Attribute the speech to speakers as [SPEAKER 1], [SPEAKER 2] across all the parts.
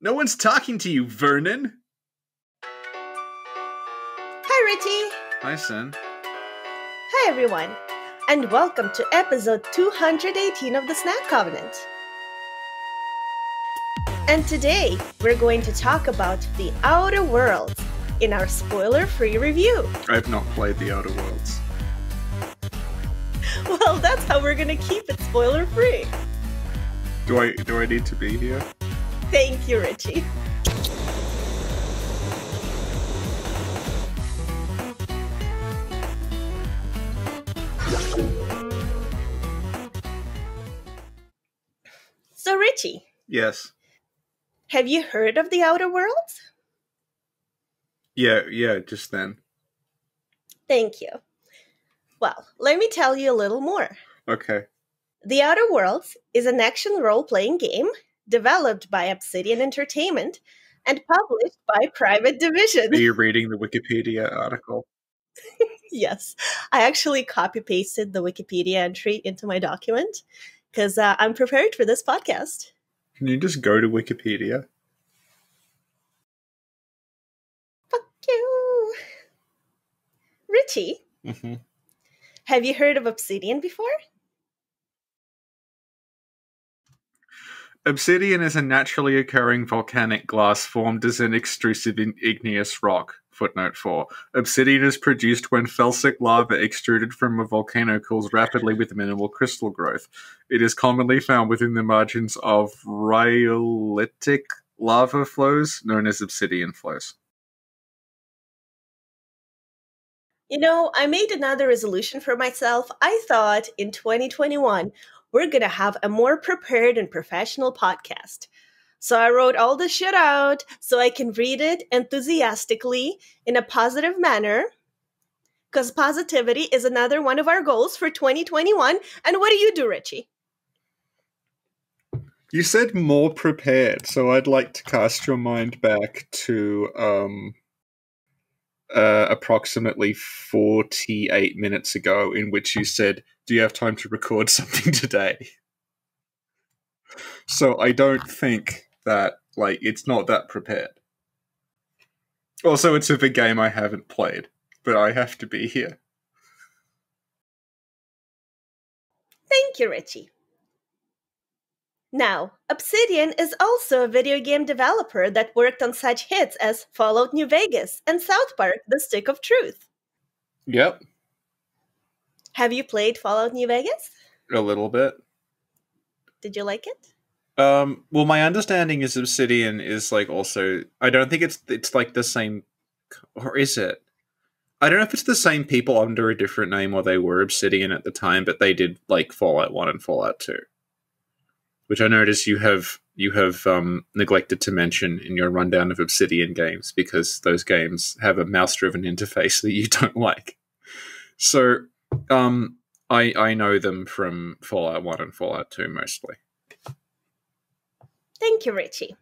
[SPEAKER 1] No one's talking to you, Vernon.
[SPEAKER 2] Hi, Richie.
[SPEAKER 1] Hi, son.
[SPEAKER 2] Hi, everyone. And welcome to episode 218 of the Snack Covenant. And today, we're going to talk about the Outer Worlds in our spoiler free review.
[SPEAKER 1] I've not played The Outer Worlds.
[SPEAKER 2] Well, that's how we're going to keep it spoiler free.
[SPEAKER 1] Do I do I need to be here?
[SPEAKER 2] Thank you, Richie. So, Richie,
[SPEAKER 1] Yes.
[SPEAKER 2] have you heard of the Outer Worlds?
[SPEAKER 1] Yeah, yeah, just then.
[SPEAKER 2] Thank you. Well, let me tell you a little more.
[SPEAKER 1] Okay.
[SPEAKER 2] The Outer Worlds is an action role playing game developed by Obsidian Entertainment and published by Private
[SPEAKER 1] Are
[SPEAKER 2] Division.
[SPEAKER 1] you reading the Wikipedia article?
[SPEAKER 2] yes, I actually copy pasted the Wikipedia entry into my document because uh, I'm prepared for this podcast.
[SPEAKER 1] Can you just go to Wikipedia?
[SPEAKER 2] Fuck you. Richie,
[SPEAKER 1] Mm-hmm.
[SPEAKER 2] have you heard of Obsidian before?
[SPEAKER 1] Obsidian is a naturally occurring volcanic glass formed as an extrusive in- igneous rock. Footnote 4. Obsidian is produced when felsic lava extruded from a volcano cools rapidly with minimal crystal growth. It is commonly found within the margins of rhyolitic lava flows known as obsidian flows.
[SPEAKER 2] You know, I made another resolution for myself. I thought in 2021, we're going to have a more prepared and professional podcast. So I wrote all the shit out so I can read it enthusiastically in a positive manner. Because positivity is another one of our goals for 2021. And what do you do, Richie?
[SPEAKER 1] You said more prepared, so I'd like to cast your mind back to um, uh, approximately 48 minutes ago, in which you said, Do you have time to record something today? So I don't think that, like, it's not that prepared. Also, it's of a game I haven't played, but I have to be here.
[SPEAKER 2] Thank you, Richie. Now, Obsidian is also a video game developer that worked on such hits as Fallout New Vegas and South Park The Stick of Truth.
[SPEAKER 1] Yep,
[SPEAKER 2] Have you played Fallout New Vegas?
[SPEAKER 1] a little bit.
[SPEAKER 2] Did you like it?
[SPEAKER 1] Um, well, my understanding is Obsidian is like also. I don't think it's it's like the same, or is it? I don't know if it's the same people under a different name or they were Obsidian at the time, but they did like Fallout One and Fallout Two, which I notice you have you have um, neglected to mention in your rundown of Obsidian games because those games have a mouse-driven interface that you don't like. So, um, I I know them from Fallout One and Fallout Two mostly.
[SPEAKER 2] Thank you, Richie.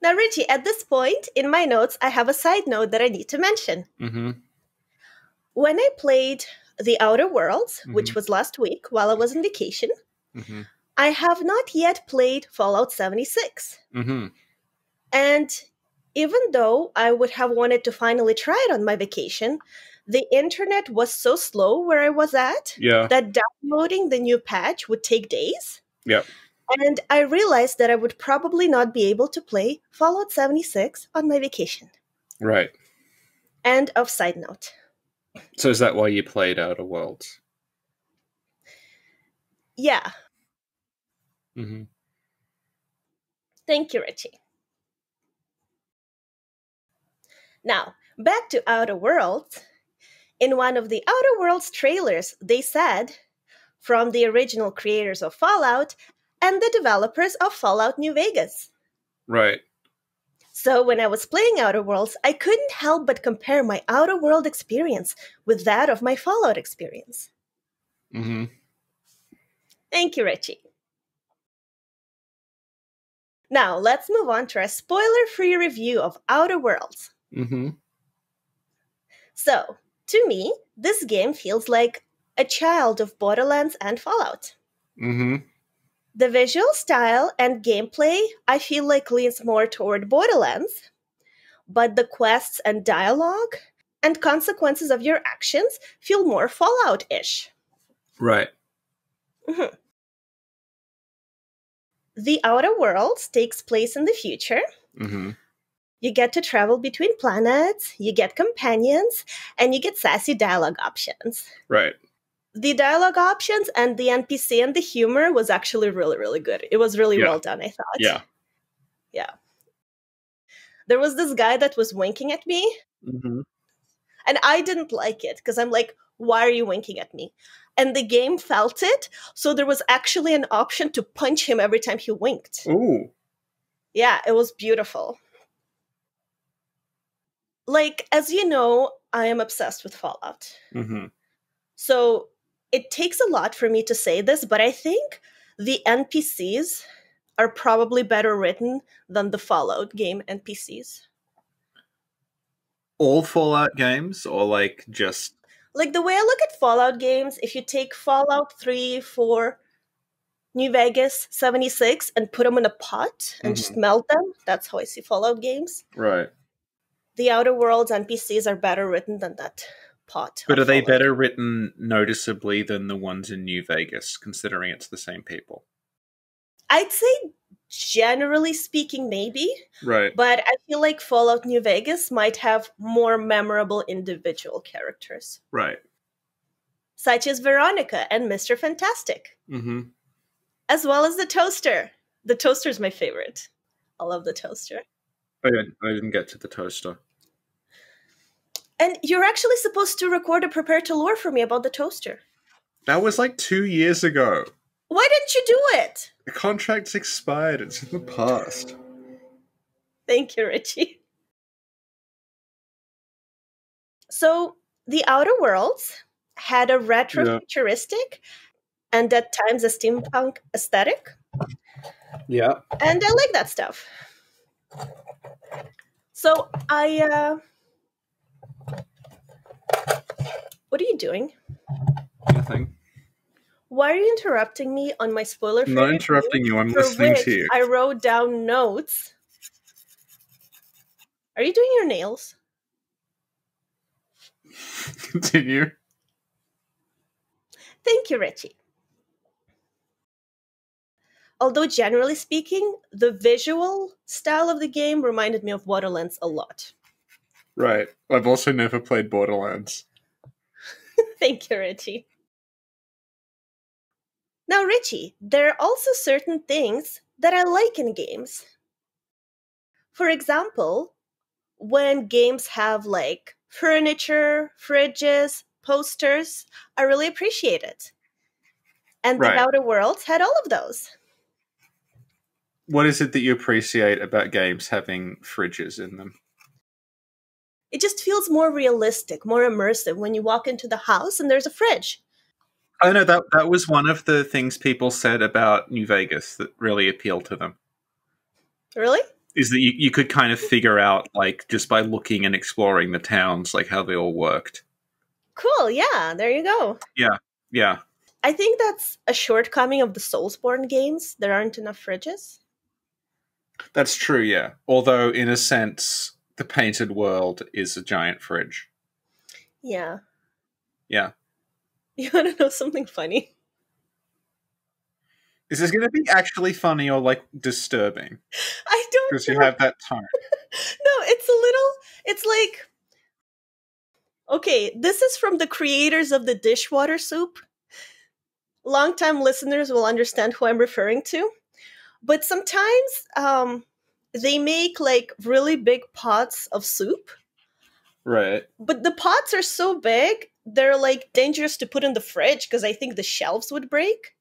[SPEAKER 2] Now, Richie, at this point in my notes, I have a side note that I need to mention.
[SPEAKER 1] Mm-hmm.
[SPEAKER 2] When I played The Outer Worlds,
[SPEAKER 1] Mhm.
[SPEAKER 2] which was last week while I was on vacation,
[SPEAKER 1] Mm-hmm.
[SPEAKER 2] I have not yet played Fallout 76.
[SPEAKER 1] Mm-hmm.
[SPEAKER 2] And even though I would have wanted to finally try it on my vacation, the internet was so slow where I was at
[SPEAKER 1] Yeah.
[SPEAKER 2] that downloading the new patch would take days.
[SPEAKER 1] Yep.
[SPEAKER 2] And I realized that I would probably not be able to play Fallout 76 on my vacation.
[SPEAKER 1] Right.
[SPEAKER 2] End of side note.
[SPEAKER 1] So is that why you played Outer Worlds?
[SPEAKER 2] Yeah,
[SPEAKER 1] Mm-hmm.
[SPEAKER 2] thank you, Richie. Now, back to Outer Worlds. In one of the Outer Worlds trailers, they said from the original creators of Fallout and the developers of Fallout New Vegas.
[SPEAKER 1] Right.
[SPEAKER 2] So when I was playing Outer Worlds, I couldn't help but compare my Outer World experience with that of my Fallout experience.
[SPEAKER 1] Mm-hmm.
[SPEAKER 2] Thank you, Richie. Now let's move on to our spoiler-free review of Outer Worlds.
[SPEAKER 1] Mm-hmm.
[SPEAKER 2] So, to me, this game feels like a child of Borderlands and Fallout.
[SPEAKER 1] Mm-hmm.
[SPEAKER 2] The visual style and gameplay, I feel like, leans more toward Borderlands, but the quests and dialogue and consequences of your actions feel more Fallout ish.
[SPEAKER 1] Right.
[SPEAKER 2] Mhm. The Outer Worlds takes place in the future.
[SPEAKER 1] hmm
[SPEAKER 2] You get to travel between planets, you get companions, and you get sassy dialogue options.
[SPEAKER 1] Right.
[SPEAKER 2] The dialogue options and the NPC and the humor was actually really, really good. It was really
[SPEAKER 1] Yeah.
[SPEAKER 2] well done, I thought.
[SPEAKER 1] Yeah.
[SPEAKER 2] There was this guy that was winking at me,
[SPEAKER 1] hmm
[SPEAKER 2] and I didn't like it because I'm like, why are you winking at me? And the game felt it, so there was actually an option to punch him every time he winked.
[SPEAKER 1] Ooh.
[SPEAKER 2] Yeah, it was beautiful. Like, as you know, I am obsessed with Fallout.
[SPEAKER 1] hmm
[SPEAKER 2] So it takes a lot for me to say this, but I think the NPCs are probably better written than the Fallout game NPCs.
[SPEAKER 1] All Fallout games, or like just
[SPEAKER 2] Like the way I look at Fallout games, if you take Fallout 3, 4, New Vegas, 76, and put them in a pot and
[SPEAKER 1] Mm-hmm.
[SPEAKER 2] just melt them, that's how I see Fallout games.
[SPEAKER 1] right.
[SPEAKER 2] The Outer Worlds NPCs are better written than that pot.
[SPEAKER 1] But
[SPEAKER 2] of
[SPEAKER 1] are they
[SPEAKER 2] Fallout.
[SPEAKER 1] better written noticeably than the ones in New Vegas, considering it's the same people?
[SPEAKER 2] I'd say, generally speaking, maybe.
[SPEAKER 1] Right.
[SPEAKER 2] But I feel like Fallout New Vegas might have more memorable individual characters,
[SPEAKER 1] Right.
[SPEAKER 2] such as Veronica and Mr. Fantastic,
[SPEAKER 1] Mm-hmm.
[SPEAKER 2] as well as the Toaster. The Toaster is my favorite. I love the Toaster.
[SPEAKER 1] I didn't, I didn't get to the toaster.
[SPEAKER 2] And you're actually supposed to record a prepare to lure for me about the Toaster.
[SPEAKER 1] That was like two years ago.
[SPEAKER 2] Why didn't you do it?
[SPEAKER 1] The contract's expired. It's in the past.
[SPEAKER 2] Thank you, Richie. So, The Outer Worlds had a retro futuristic and at times a steampunk aesthetic.
[SPEAKER 1] Yeah.
[SPEAKER 2] and I like that stuff. So I. Uh... What are you doing?
[SPEAKER 1] Nothing.
[SPEAKER 2] Why are you interrupting me on my spoiler?
[SPEAKER 1] I'm not interrupting you. I'm
[SPEAKER 2] for
[SPEAKER 1] listening
[SPEAKER 2] which
[SPEAKER 1] to you.
[SPEAKER 2] I wrote down notes. Are you doing your nails?
[SPEAKER 1] Continue.
[SPEAKER 2] Thank you, Richie. Although generally speaking, the visual style of the game reminded me of Borderlands a lot.
[SPEAKER 1] Right. I've also never played Borderlands.
[SPEAKER 2] Thank you, Richie. Now, Richie, there are also certain things that I like in games. For example, when games have like furniture, fridges, posters, I really appreciate it. And
[SPEAKER 1] Right.
[SPEAKER 2] The Outer Worlds had all of those.
[SPEAKER 1] What is it that you appreciate about games having fridges in them?
[SPEAKER 2] It just feels more realistic, more immersive when you walk into the house and there's a fridge.
[SPEAKER 1] I know Oh, that that was one of the things people said about New Vegas that really appealed to them.
[SPEAKER 2] Really?
[SPEAKER 1] Is that you, you could kind of figure out like just by looking and exploring the towns, like how they all worked.
[SPEAKER 2] Cool, yeah, there you go.
[SPEAKER 1] Yeah.
[SPEAKER 2] I think that's a shortcoming of the Soulsborne games. There aren't enough fridges.
[SPEAKER 1] That's true, yeah. Although in a sense, the painted world is a giant fridge.
[SPEAKER 2] Yeah.
[SPEAKER 1] Yeah.
[SPEAKER 2] You want to know something funny?
[SPEAKER 1] Is this gonna be actually funny or like disturbing?
[SPEAKER 2] I don't
[SPEAKER 1] Because you
[SPEAKER 2] know.
[SPEAKER 1] have that tone.
[SPEAKER 2] No, it's a little. It's like. Okay, this is from the creators of the dishwater soup. Longtime listeners will understand who I'm referring to. But sometimes um, they make like really big pots of soup,
[SPEAKER 1] Right.
[SPEAKER 2] but the pots are so big, they're like dangerous to put in the fridge because I think the shelves would break.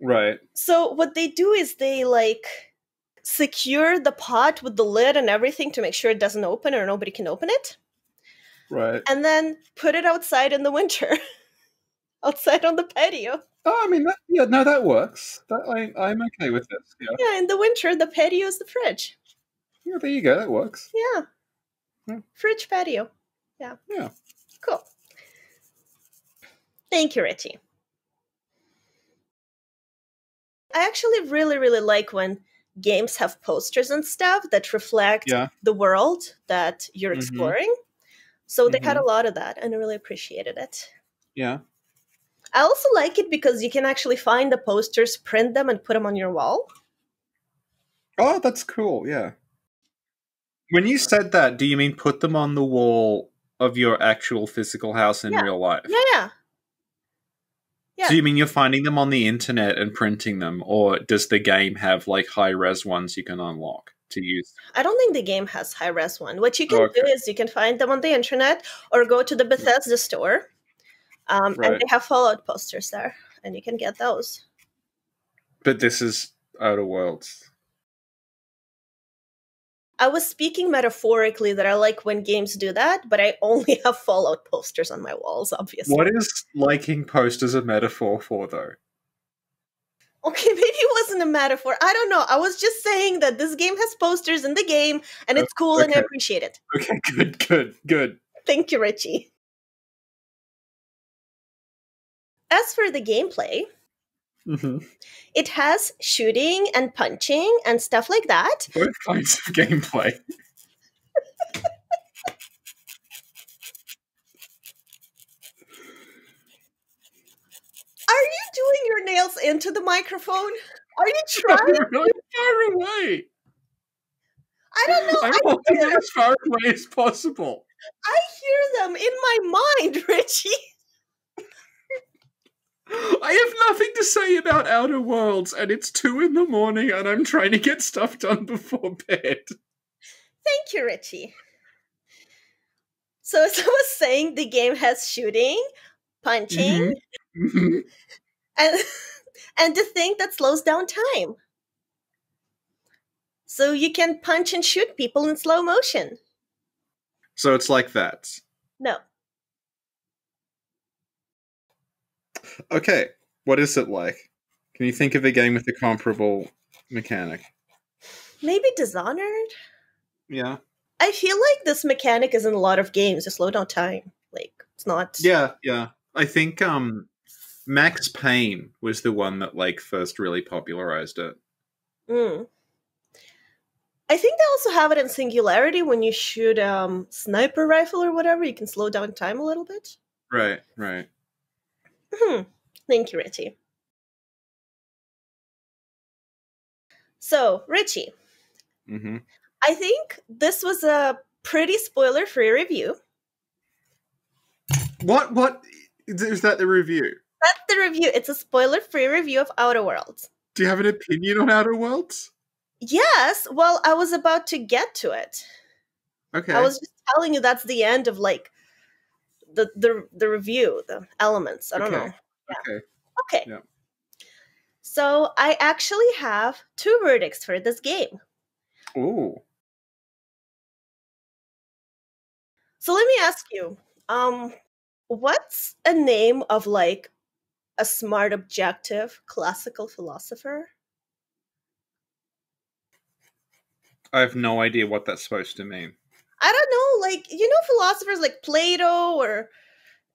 [SPEAKER 1] Right.
[SPEAKER 2] So what they do is they like secure the pot with the lid and everything to make sure it doesn't open or nobody can open it,
[SPEAKER 1] Right.
[SPEAKER 2] and then put it outside in the winter. outside on the patio.
[SPEAKER 1] Oh, I mean, that, yeah, no, that works. That, I, I'm okay with this. Yeah.
[SPEAKER 2] Yeah, in the winter the patio is the fridge.
[SPEAKER 1] yeah, there you go. That works.
[SPEAKER 2] Yeah.
[SPEAKER 1] Hmm.
[SPEAKER 2] Fridge patio. Yeah.
[SPEAKER 1] Yeah.
[SPEAKER 2] Cool. Thank you, Richie. I actually really, really like when games have posters and stuff that reflect
[SPEAKER 1] Yeah.
[SPEAKER 2] the world that you're
[SPEAKER 1] Mhm.
[SPEAKER 2] exploring. So they
[SPEAKER 1] Mm-hmm.
[SPEAKER 2] had a lot of that, and I really appreciated it.
[SPEAKER 1] Yeah.
[SPEAKER 2] I also like it because you can actually find the posters, print them, and put them on your wall.
[SPEAKER 1] Oh, that's cool. Yeah. When you said that, do you mean put them on the wall of your actual physical house in
[SPEAKER 2] Yeah.
[SPEAKER 1] real life?
[SPEAKER 2] Yeah, yeah. yeah.
[SPEAKER 1] So you mean you're finding them on the internet and printing them, or does the game have like high res ones you can unlock to use?
[SPEAKER 2] I don't think the game has high res one. What you can do
[SPEAKER 1] Okay. Mm-hmm.
[SPEAKER 2] is you can find them on the internet or go to the Bethesda store, um, and
[SPEAKER 1] Right.
[SPEAKER 2] they have Fallout posters there, and you can get those.
[SPEAKER 1] But this is Outer Worlds.
[SPEAKER 2] I was speaking metaphorically that I like when games do that, but I only have Fallout posters on my walls, obviously.
[SPEAKER 1] What is liking posters a metaphor for, though?
[SPEAKER 2] Okay, maybe it wasn't a metaphor. I don't know. I was just saying that this game has posters in the game, and it's cool, and I
[SPEAKER 1] okay.
[SPEAKER 2] appreciate it.
[SPEAKER 1] Okay, good, good, good.
[SPEAKER 2] Thank you, Richie. As for the gameplay,
[SPEAKER 1] Mm-hmm.
[SPEAKER 2] it has shooting and punching and stuff like that.
[SPEAKER 1] Both kinds of gameplay.
[SPEAKER 2] Are you doing your nails into the microphone? Are you
[SPEAKER 1] I'm
[SPEAKER 2] trying?
[SPEAKER 1] really far away.
[SPEAKER 2] I don't know.
[SPEAKER 1] I'm
[SPEAKER 2] I,
[SPEAKER 1] holding them as far away as possible.
[SPEAKER 2] I hear them in my mind, Richie.
[SPEAKER 1] I have nothing to say about Outer Worlds, and it's two in the morning, and I'm trying to get stuff done before bed.
[SPEAKER 2] Thank you, Richie. So, as I was saying, the game has shooting, punching,
[SPEAKER 1] Mhm.
[SPEAKER 2] and and the thing that slows down time. So you can punch and shoot people in slow motion.
[SPEAKER 1] so it's like that.
[SPEAKER 2] No,
[SPEAKER 1] Okay, what is it like? Can you think of a game with a comparable mechanic?
[SPEAKER 2] maybe Dishonored.
[SPEAKER 1] Yeah.
[SPEAKER 2] I feel like this mechanic is in a lot of games. You slow down time. Like it's not.
[SPEAKER 1] Yeah, yeah. I think um Max Payne was the one that like first really popularized it.
[SPEAKER 2] Mm. I think they also have it in Singularity when you shoot um, sniper rifle or whatever. You can slow down time a little bit.
[SPEAKER 1] Right, right.
[SPEAKER 2] Hmm. Thank you, Richie. So, Richie,
[SPEAKER 1] hmm
[SPEAKER 2] I think this was a pretty spoiler free review.
[SPEAKER 1] What what is that the review?
[SPEAKER 2] That's the review. It's a spoiler free review of Outer Worlds.
[SPEAKER 1] Do you have an opinion on Outer Worlds?
[SPEAKER 2] Yes, well, I was about to get to it.
[SPEAKER 1] Okay.
[SPEAKER 2] I was just telling you that's the end of like the the, the review, the elements. I don't
[SPEAKER 1] Okay.
[SPEAKER 2] know.
[SPEAKER 1] okay.
[SPEAKER 2] Okay.
[SPEAKER 1] Yeah.
[SPEAKER 2] So I actually have two verdicts for this game.
[SPEAKER 1] Ooh.
[SPEAKER 2] So let me ask you, um, what's a name of like a smart objective classical philosopher?
[SPEAKER 1] I have no idea what that's supposed to mean.
[SPEAKER 2] I don't know, like you know, philosophers like Plato or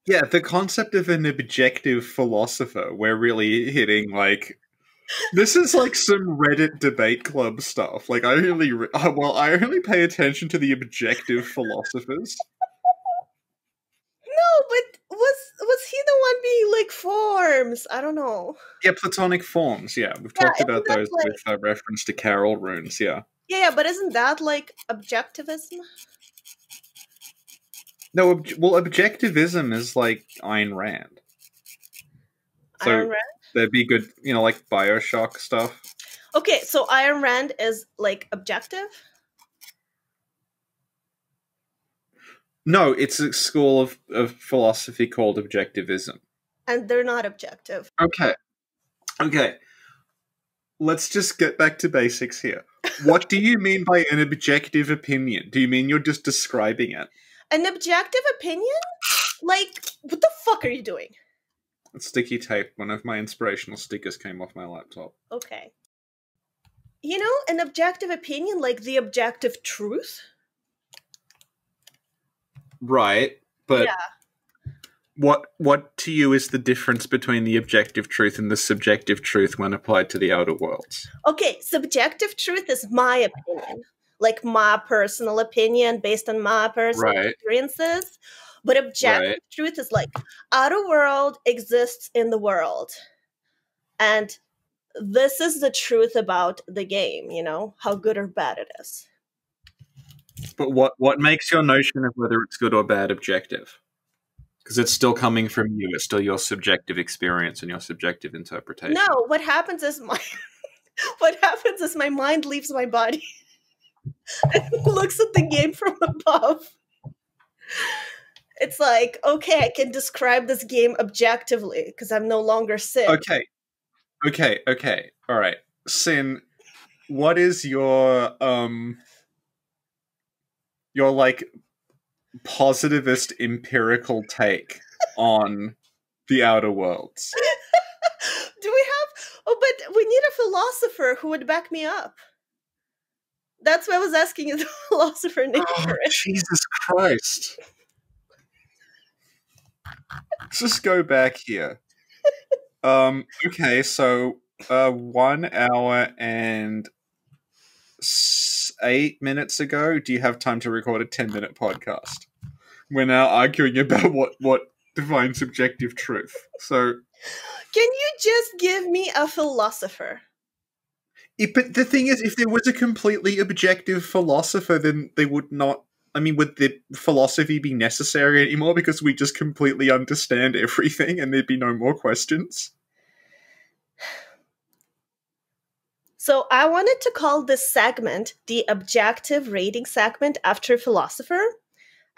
[SPEAKER 1] Yeah, the concept of an objective philosopher, we're really hitting like this is like some Reddit debate club stuff. Like I only re- uh, well, I only pay attention to the objective philosophers.
[SPEAKER 2] no, but was was he the one being like forms? I don't know.
[SPEAKER 1] Yeah, platonic forms. Yeah, we've
[SPEAKER 2] Yeah,
[SPEAKER 1] talked
[SPEAKER 2] isn't
[SPEAKER 1] about
[SPEAKER 2] that
[SPEAKER 1] those
[SPEAKER 2] like-
[SPEAKER 1] with uh, reference to Carol runes. Yeah,
[SPEAKER 2] Yeah, yeah, but isn't that like objectivism?
[SPEAKER 1] no, obj well, objectivism is like Ayn Rand. So-
[SPEAKER 2] Iron Rand.
[SPEAKER 1] There'd be good, you know, like Bioshock stuff.
[SPEAKER 2] Okay, so Iron Rand is like objective.
[SPEAKER 1] No, it's a school of, of philosophy called objectivism.
[SPEAKER 2] And they're not objective.
[SPEAKER 1] Okay. Okay. Let's just get back to basics here. What do you mean by an objective opinion? Do you mean you're just describing it?
[SPEAKER 2] An objective opinion? Like, what the fuck are you doing?
[SPEAKER 1] Sticky tape, one of my inspirational stickers came off my laptop.
[SPEAKER 2] Okay. You know, an objective opinion, like the objective truth?
[SPEAKER 1] Right, but
[SPEAKER 2] Yeah.
[SPEAKER 1] what what to you is the difference between the objective truth and the subjective truth when applied to the outer worlds?
[SPEAKER 2] Okay, subjective truth is my opinion, like my personal opinion based on my personal
[SPEAKER 1] Right.
[SPEAKER 2] experiences. But objective
[SPEAKER 1] Right.
[SPEAKER 2] truth is like outer world exists in the world. And this is the truth about the game, you know, how good or bad it is.
[SPEAKER 1] But what what makes your notion of whether it's good or bad objective? Because it's still coming from you. It's still your subjective experience and your subjective interpretation.
[SPEAKER 2] No, what happens is my what happens is my mind leaves my body and looks at the game from above. It's like, okay, I can describe this game objectively because I'm no longer sick.
[SPEAKER 1] Okay. Okay, okay. All right. Sin, what is your um your like positivist empirical take on the outer worlds?
[SPEAKER 2] Do we have Oh, but we need a philosopher who would back me up. That's why I was asking you the philosopher name
[SPEAKER 1] Oh,
[SPEAKER 2] for it.
[SPEAKER 1] Jesus Christ. Let's just go back here. Um, okay, so uh, one hour and s- eight minutes ago, do you have time to record a 10 minute podcast? We're now arguing about what, what defines subjective truth. So,
[SPEAKER 2] Can you just give me a philosopher?
[SPEAKER 1] it, but the thing is, if there was a completely objective philosopher, then they would not. I mean, would the philosophy be necessary anymore because we just completely understand everything and there'd be no more questions?
[SPEAKER 2] So I wanted to call this segment the objective rating segment after philosopher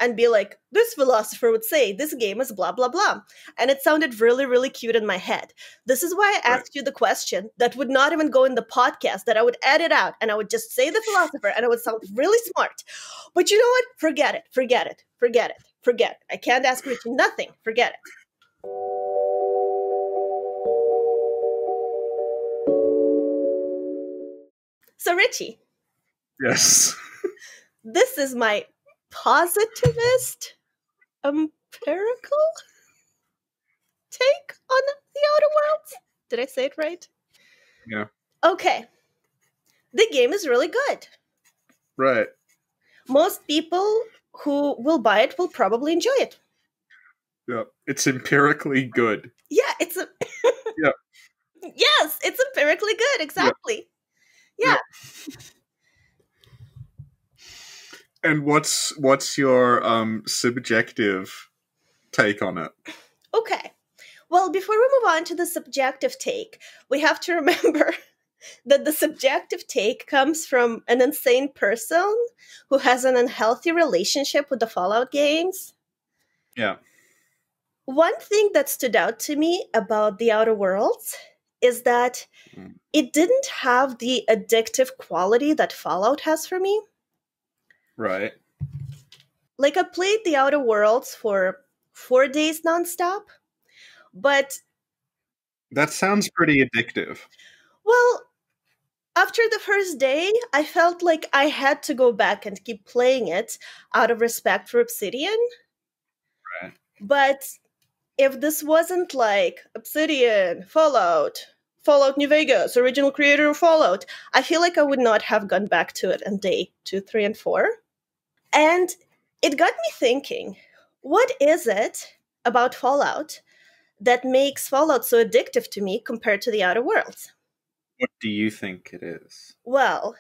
[SPEAKER 2] and be like, this philosopher would say this game is blah blah blah. And it sounded really, really cute in my head. This is why I
[SPEAKER 1] Right.
[SPEAKER 2] asked you the question that would not even go in the podcast, that I would edit out and I would just say the philosopher and I would sound really smart. But you know what? Forget it, forget it, forget it, forget it. I can't ask Rich nothing. Forget it. So Richie.
[SPEAKER 1] Yes.
[SPEAKER 2] this is my positivist empirical take on the outer worlds did i say it right
[SPEAKER 1] Yeah.
[SPEAKER 2] okay the game is really good
[SPEAKER 1] Right.
[SPEAKER 2] most people who will buy it will probably enjoy it
[SPEAKER 1] Yeah. It's empirically good.
[SPEAKER 2] yeah it's a
[SPEAKER 1] Yeah.
[SPEAKER 2] yes it's empirically good exactly yeah,
[SPEAKER 1] And what's what's your um subjective take on it?
[SPEAKER 2] okay well before we move on to the subjective take we have to remember that the subjective take comes from an insane person who has an unhealthy relationship with the Fallout games.
[SPEAKER 1] Yeah.
[SPEAKER 2] One thing that stood out to me about The Outer Worlds is that
[SPEAKER 1] Mm.
[SPEAKER 2] it didn't have the addictive quality that Fallout has for me.
[SPEAKER 1] Right.
[SPEAKER 2] Like, I played The Outer Worlds for four days nonstop, but
[SPEAKER 1] That sounds pretty addictive.
[SPEAKER 2] Well, after the first day, I felt like I had to go back and keep playing it out of respect for Obsidian.
[SPEAKER 1] Right.
[SPEAKER 2] But if this wasn't like Obsidian, Fallout, Fallout New Vegas, original creator of Fallout, I feel like I would not have gone back to it on day two, three, and four. And it got me thinking what is it about Fallout that makes Fallout so addictive to me compared to the outer worlds?
[SPEAKER 1] What do you think it is?
[SPEAKER 2] Well,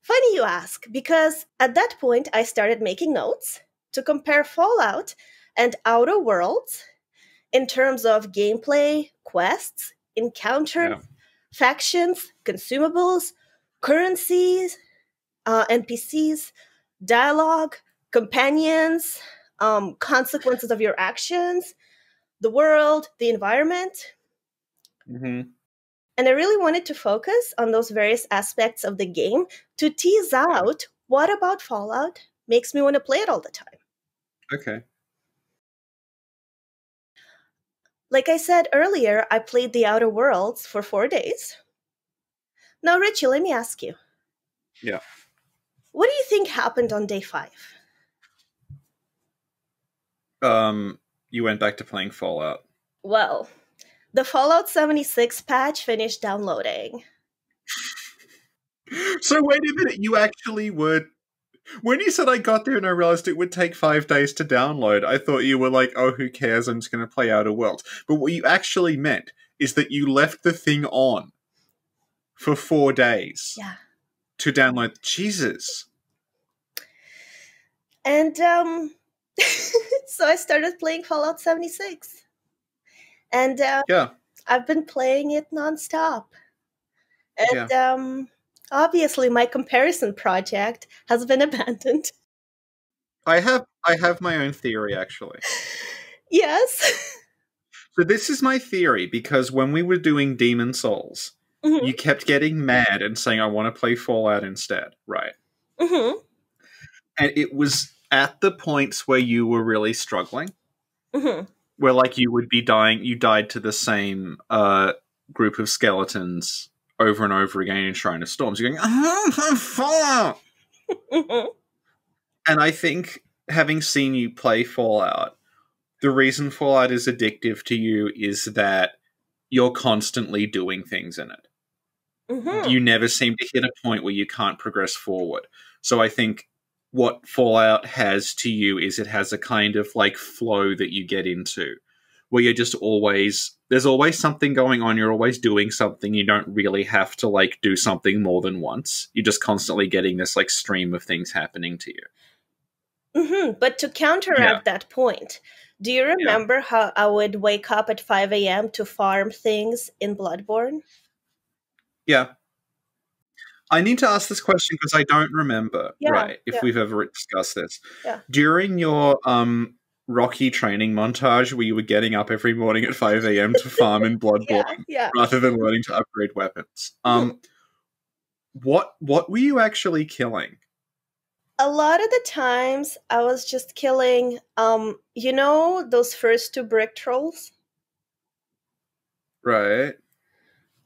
[SPEAKER 2] funny you ask, because at that point I started making notes to compare Fallout and Outer Worlds in terms of gameplay, quests, encounters,
[SPEAKER 1] Yeah.
[SPEAKER 2] factions, consumables, currencies, uh, NPCs, dialogue, companions, um, consequences of your actions, the world, the environment.
[SPEAKER 1] Mm-hmm.
[SPEAKER 2] And I really wanted to focus on those various aspects of the game to tease out what about Fallout makes me want to play it all the time.
[SPEAKER 1] Okay.
[SPEAKER 2] Like I said earlier, I played The Outer Worlds for four days. Now, Richie, let me ask you.
[SPEAKER 1] Yeah.
[SPEAKER 2] What do you think happened on day five?
[SPEAKER 1] Um you went back to playing Fallout.
[SPEAKER 2] Well, the Fallout 76 patch finished downloading.
[SPEAKER 1] So wait a minute, you actually were. When you said I got there and I realized it would take five days to download, I thought you were like, "Oh, who cares? I'm just going to play Outer Worlds." But what you actually meant is that you left the thing on for four days
[SPEAKER 2] Yeah.
[SPEAKER 1] to download. Jesus,
[SPEAKER 2] And um, so I started playing Fallout 76. And uh,
[SPEAKER 1] yeah,
[SPEAKER 2] I've been playing it nonstop. And um, obviously, my comparison project has been abandoned.
[SPEAKER 1] I have I have my own theory actually.
[SPEAKER 2] Yes.
[SPEAKER 1] So this is my theory because when we were doing Demon Souls,
[SPEAKER 2] Mhm,
[SPEAKER 1] you kept getting mad and saying, "I want to play Fallout instead," right?
[SPEAKER 2] mhm,
[SPEAKER 1] and it was at the points where you were really struggling
[SPEAKER 2] mhm.
[SPEAKER 1] where like you would be dying you died to the same uh group of skeletons over and over again in shrine of storms you're going oh, fallout
[SPEAKER 2] Mhm.
[SPEAKER 1] and i think having seen you play fallout the reason fallout is addictive to you is that you're constantly doing things in it
[SPEAKER 2] Mhm.
[SPEAKER 1] you never seem to hit a point where you can't progress forward. So I think what Fallout has to you is it has a kind of like flow that you get into where you're just always there's always something going on, you're always doing something, you don't really have to like do something more than once. You're just constantly getting this like stream of things happening to you.
[SPEAKER 2] hmm But to counteract that point, do you remember how I would wake up at 5 a.m. to farm things in Bloodborne?
[SPEAKER 1] Yeah. I need to ask this question because I don't remember.
[SPEAKER 2] Yeah,
[SPEAKER 1] right, if
[SPEAKER 2] yeah.
[SPEAKER 1] we've ever discussed this.
[SPEAKER 2] Yeah.
[SPEAKER 1] During your um Rocky training montage where you were getting up every morning at 5 a.m. to farm in Bloodborne
[SPEAKER 2] Yeah, yeah.
[SPEAKER 1] rather than learning to upgrade weapons. Um what what were you actually killing?
[SPEAKER 2] A lot of the times I was just killing, um, you know, those first two brick trolls?
[SPEAKER 1] Right.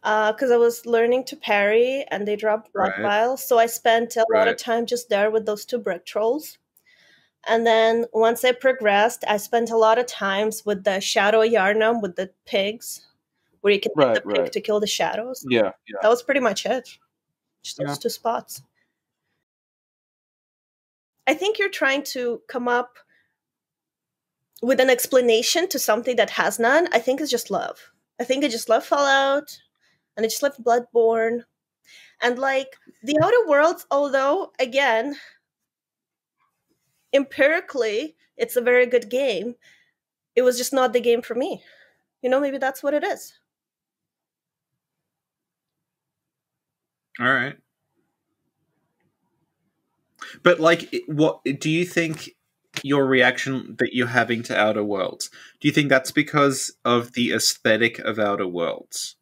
[SPEAKER 2] Because uh, I was learning to parry and they dropped blood
[SPEAKER 1] Right.
[SPEAKER 2] vials. So I spent a lot of
[SPEAKER 1] Right.
[SPEAKER 2] time just there with those two brick trolls. And then once I progressed, I spent a lot of times with the Shadow Yarnum with the pigs, where you can hit
[SPEAKER 1] Right,
[SPEAKER 2] the pig
[SPEAKER 1] right.
[SPEAKER 2] to kill the shadows.
[SPEAKER 1] Yeah, yeah.
[SPEAKER 2] That was pretty much it. Just those
[SPEAKER 1] Yeah.
[SPEAKER 2] two spots. I think you're trying to come up with an explanation to something that has none. I think it's just love. I think I just love Fallout and I just love Bloodborne. And like the Outer Worlds, although again, empirically, it's a very good game, it was just not the game for me. You know, maybe that's what it is.
[SPEAKER 1] All right. But like it- what do you think your reaction that you're having to Outer Worlds? Do you think that's because of the aesthetic of Outer Worlds?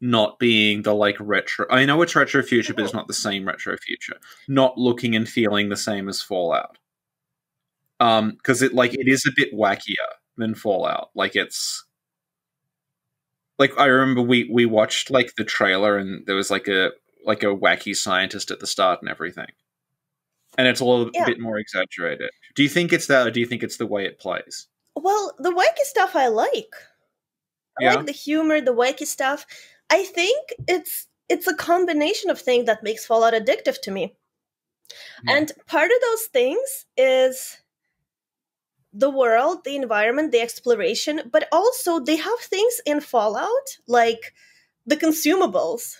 [SPEAKER 1] Not being the like retro I know it's retro future, but it's not the same retro future. Not looking and feeling the same as Fallout. Um, because it like it is a bit wackier than Fallout. Like it's like I remember we we watched like the trailer and there was like a like a wacky scientist at the start and everything. And it's a little
[SPEAKER 2] Yeah.
[SPEAKER 1] bit more exaggerated. Do you think it's that or do you think it's the way it plays?
[SPEAKER 2] Well, the wacky stuff I like. I
[SPEAKER 1] Yeah.
[SPEAKER 2] like the humor, the wacky stuff. I think it's it's a combination of things that makes Fallout addictive to me.
[SPEAKER 1] Yeah.
[SPEAKER 2] And part of those things is the world, the environment, the exploration, but also they have things in Fallout like the consumables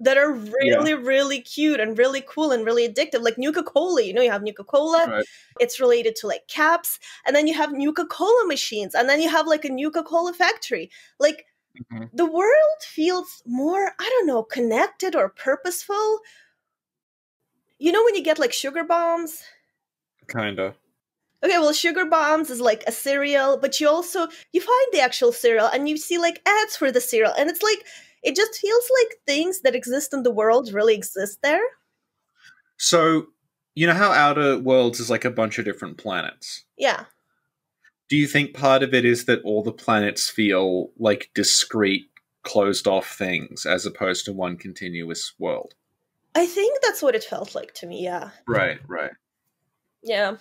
[SPEAKER 2] that are really really cute and really cool and really addictive like Nuka-Cola, you know you have Nuka-Cola,
[SPEAKER 1] Right.
[SPEAKER 2] it's related to like caps and then you have Nuka-Cola machines and then you have like a Nuka-Cola factory. Like
[SPEAKER 1] Mm-hmm.
[SPEAKER 2] the world feels more i don't know connected or purposeful you know when you get like sugar bombs
[SPEAKER 1] Kinda.
[SPEAKER 2] okay well sugar bombs is like a cereal but you also you find the actual cereal and you see like ads for the cereal and it's like it just feels like things that exist in the world really exist there
[SPEAKER 1] So you know how Outer Worlds is like a bunch of different planets?
[SPEAKER 2] yeah
[SPEAKER 1] Do you think part of it is that all the planets feel like discrete, closed off things as opposed to one continuous world?
[SPEAKER 2] i think that's what it felt like to me yeah
[SPEAKER 1] Right, right.
[SPEAKER 2] yeah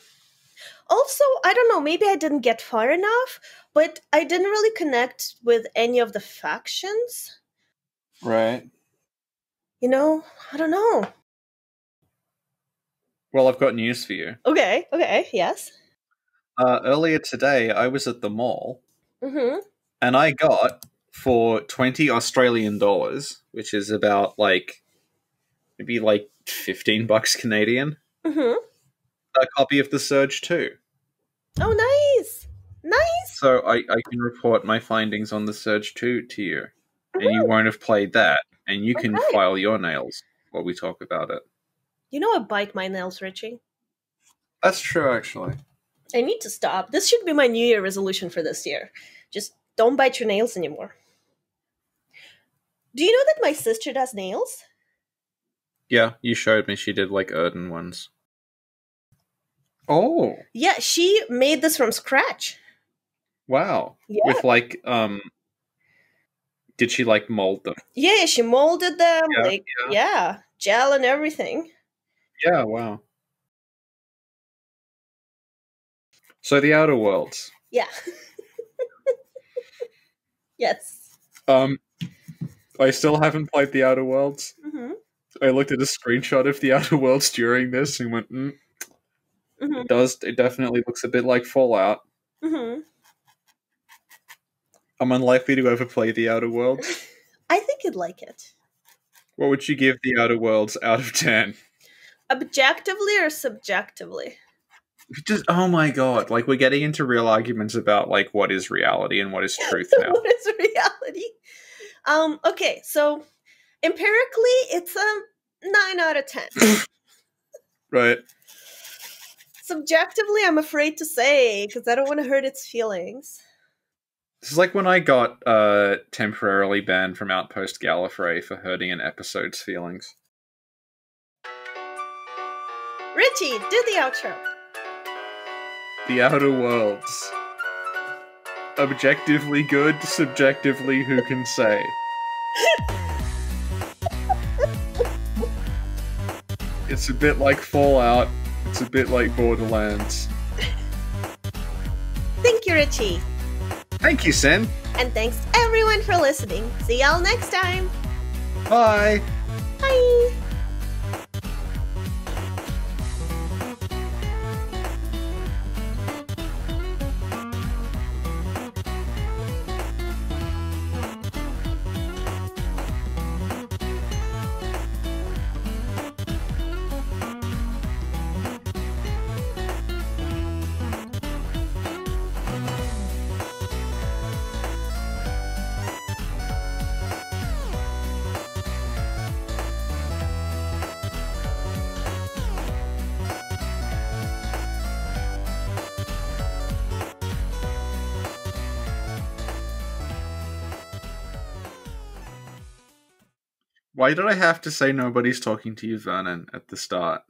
[SPEAKER 2] Also, I don't know, maybe I didn't get far enough, but I didn't really connect with any of the factions.
[SPEAKER 1] Right.
[SPEAKER 2] You know, I don't know.
[SPEAKER 1] Well, I've got news for you.
[SPEAKER 2] Okay, okay, yes.
[SPEAKER 1] Uh, earlier today, I was at the mall
[SPEAKER 2] Mm-hmm.
[SPEAKER 1] and I got for 20 Australian dollars, which is about like maybe like 15 bucks Canadian,
[SPEAKER 2] Mm-hmm.
[SPEAKER 1] a copy of The Surge 2.
[SPEAKER 2] Oh, nice. Nice.
[SPEAKER 1] So I, I can report my findings on The Surge 2 to you. And you won't have played that. And you can
[SPEAKER 2] Okay.
[SPEAKER 1] file your nails while we talk about it.
[SPEAKER 2] You know, I bite my nails, Richie.
[SPEAKER 1] That's true, actually.
[SPEAKER 2] I need to stop. This should be my New Year resolution for this year. Just don't bite your nails anymore. Do you know that my sister does nails?
[SPEAKER 1] Yeah, you showed me she did like Erden ones. Oh,
[SPEAKER 2] Yeah, she made this from scratch.
[SPEAKER 1] wow.
[SPEAKER 2] Yeah.
[SPEAKER 1] With like, um, did she like mold them?
[SPEAKER 2] Yeah, she molded them,
[SPEAKER 1] Yeah,
[SPEAKER 2] like yeah. gel and everything.
[SPEAKER 1] Yeah, wow. So the Outer Worlds.
[SPEAKER 2] Yeah. yes.
[SPEAKER 1] Um, I still haven't played the Outer Worlds.
[SPEAKER 2] Mm-hmm.
[SPEAKER 1] I looked at a screenshot of the Outer Worlds during this and went, mm,
[SPEAKER 2] Mm-hmm.
[SPEAKER 1] it does. It definitely looks a bit like Fallout.
[SPEAKER 2] Mm-hmm.
[SPEAKER 1] I'm unlikely to ever play the Outer Worlds.
[SPEAKER 2] I think you'd like it.
[SPEAKER 1] What would you give the Outer Worlds out of ten?
[SPEAKER 2] Objectively or subjectively?
[SPEAKER 1] Just oh my god! Like we're getting into real arguments about like what is reality and what is truth now.
[SPEAKER 2] what is reality? Um, okay, so empirically it's a nine out of ten.
[SPEAKER 1] right?
[SPEAKER 2] Subjectively, I'm afraid to say because I don't want to hurt its feelings.
[SPEAKER 1] This is like when I got uh temporarily banned from Outpost Gallifrey for hurting an episode's feelings.
[SPEAKER 2] Richie, do the outro.
[SPEAKER 1] The Outer Worlds. Objectively good, subjectively who can say? it's a bit like Fallout, it's a bit like Borderlands.
[SPEAKER 2] Thank you, Richie.
[SPEAKER 1] Thank you, Sen.
[SPEAKER 2] And thanks everyone for listening. See y'all next time.
[SPEAKER 1] Bye.
[SPEAKER 2] Bye.
[SPEAKER 1] Why did I have to say nobody's talking to you, Vernon, at the start?